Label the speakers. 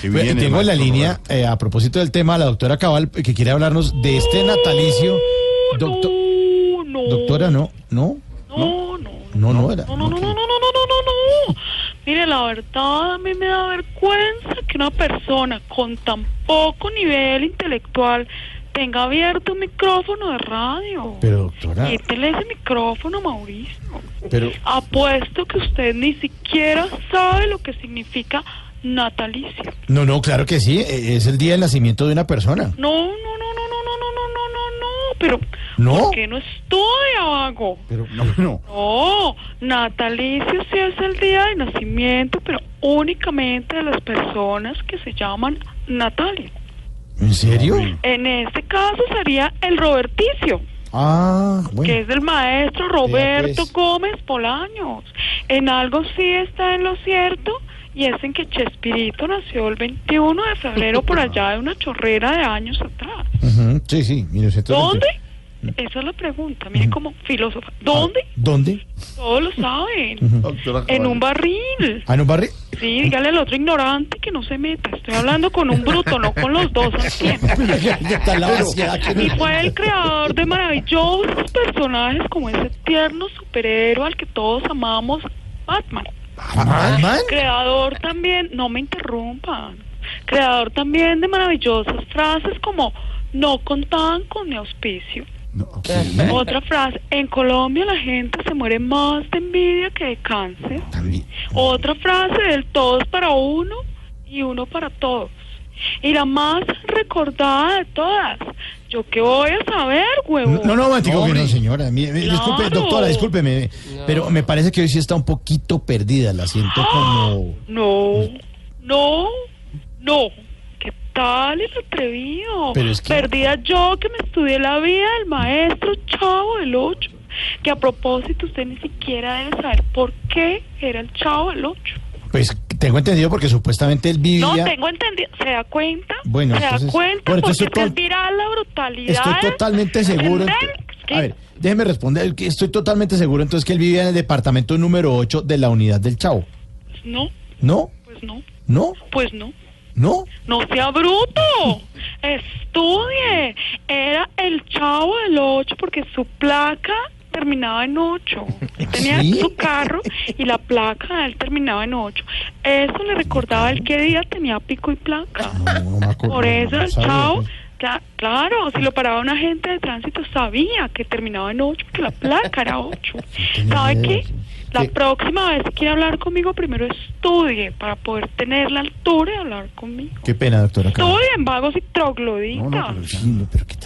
Speaker 1: que viene.
Speaker 2: Y tengo en la
Speaker 1: maestro
Speaker 2: línea,
Speaker 1: Roberto.
Speaker 2: eh, a propósito del tema, la doctora Cabal, que quiere hablarnos de este natalicio. Doctor,
Speaker 3: No, no.
Speaker 2: doctora, no, no,
Speaker 3: No, no.
Speaker 2: no, no era.
Speaker 3: No, no, no, no, no, no, no, no, no, no. Mire, la verdad a mí me da vergüenza que una persona con tan poco nivel intelectual tenga abierto un micrófono de radio.
Speaker 2: Pero ah. doctora,
Speaker 3: Quítele ese micrófono, Mauricio.
Speaker 2: pero
Speaker 3: Apuesto que usted ni siquiera sabe lo que significa natalicio.
Speaker 2: no, no, claro que sí, eh, es el día del nacimiento de una persona.
Speaker 3: No, no, no, no, no, no, no, no, no, no, no. Pero,
Speaker 2: ¿No?
Speaker 3: ¿por qué no estudia, vago?
Speaker 2: Pero no, no.
Speaker 3: No, natalicio sí es el día de nacimiento, pero únicamente de las personas que se llaman Natalia.
Speaker 2: ¿En serio?
Speaker 3: En este caso sería el Roberticio,
Speaker 2: Ah,
Speaker 3: que
Speaker 2: bueno.
Speaker 3: es del maestro Roberto
Speaker 2: pues.
Speaker 3: Gómez Bolaños. En algo sí está en lo cierto, y es en que Chespirito nació el 21 de febrero por allá de una chorrera de años atrás.
Speaker 2: Ujú, Sí, sí, 1920.
Speaker 3: ¿Dónde? Esa es la pregunta, mire como filósofa. ¿Dónde?
Speaker 2: Ah, ¿Dónde?
Speaker 3: Todos lo saben.
Speaker 1: Doctora Cabal.
Speaker 3: En un barril.
Speaker 2: Ah, en un barrio.
Speaker 3: Sí, dígale al otro ignorante que no se meta. Estoy hablando con un bruto, no con los dos al tiempo.
Speaker 2: Está la vaciedad que
Speaker 3: Y
Speaker 2: no-
Speaker 3: fue el creador de maravillosos personajes como ese tierno superhéroe al que todos amamos, Batman.
Speaker 2: ¿Batman?
Speaker 3: Creador también, no me interrumpan, creador también de maravillosas frases como no contaban con mi auspicio.
Speaker 1: No, ¿qué?
Speaker 2: ¿Eh?
Speaker 3: Otra frase, en Colombia la gente se muere más de envidia que de cáncer.
Speaker 1: También.
Speaker 3: Otra frase del todos para uno y uno para todos. Y la más recordada de todas. Yo qué voy a saber, huevo.
Speaker 2: No, no, Mántico, que no,
Speaker 1: Hombre.
Speaker 2: señora. Mi- mi- Disculpe,
Speaker 3: Claro.
Speaker 2: doctora, discúlpeme. eh, Pero me parece que hoy sí está un poquito perdida. La siento como.
Speaker 3: ¡Ah! No, no, no. ¿Qué tal el atrevido?
Speaker 2: Pero es que-
Speaker 3: Perdida yo que me estudié la vida del maestro Chavo del Ocho. Que a propósito usted ni siquiera debe saber por qué era el Chavo del Ocho.
Speaker 2: Pues tengo entendido porque supuestamente él
Speaker 3: No,
Speaker 2: vivía.
Speaker 3: tengo entendido. ¿Se da cuenta?
Speaker 2: Bueno,
Speaker 3: ¿Se
Speaker 2: entonces-
Speaker 3: da cuenta?
Speaker 2: bueno,
Speaker 3: porque
Speaker 2: entonces
Speaker 3: es que es
Speaker 2: to-
Speaker 3: viral la brutalidad. ¿Eh?
Speaker 2: Estoy totalmente seguro.
Speaker 3: ¿Entendés?
Speaker 2: ent-
Speaker 3: Sí.
Speaker 2: A ver, déjeme responder. que Estoy totalmente seguro entonces que él vivía en el departamento número 8 de la unidad del Chavo.
Speaker 3: Pues no,
Speaker 2: ¿No?
Speaker 3: pues no,
Speaker 2: ¿No?
Speaker 3: pues no.
Speaker 2: ¿No?
Speaker 3: No sea bruto. Estudie. Era el chavo del 8 porque su placa terminaba en 8. Tenía
Speaker 2: ¿Sí?
Speaker 3: su carro y la placa de él terminaba en 8. Eso le recordaba el qué día tenía pico y placa.
Speaker 2: No, no me acuerdo.
Speaker 3: Por
Speaker 2: Pues
Speaker 3: eso
Speaker 2: no
Speaker 3: el
Speaker 2: sabía,
Speaker 3: chavo,
Speaker 2: pues.
Speaker 3: cla- claro, si lo paraba un agente de tránsito sabía que terminaba en 8 porque la placa era 8.
Speaker 2: tenía
Speaker 3: ¿Sabe
Speaker 2: idea.
Speaker 3: qué? La
Speaker 2: ¿Qué?
Speaker 3: próxima vez que quiera hablar conmigo, primero estudie para poder tener la altura de hablar conmigo.
Speaker 2: Qué pena, doctora. Cabal.
Speaker 3: Estudien, vagos y
Speaker 1: No,
Speaker 3: trogloditas.
Speaker 1: no, pero-
Speaker 2: Sí, no, pero qué tal.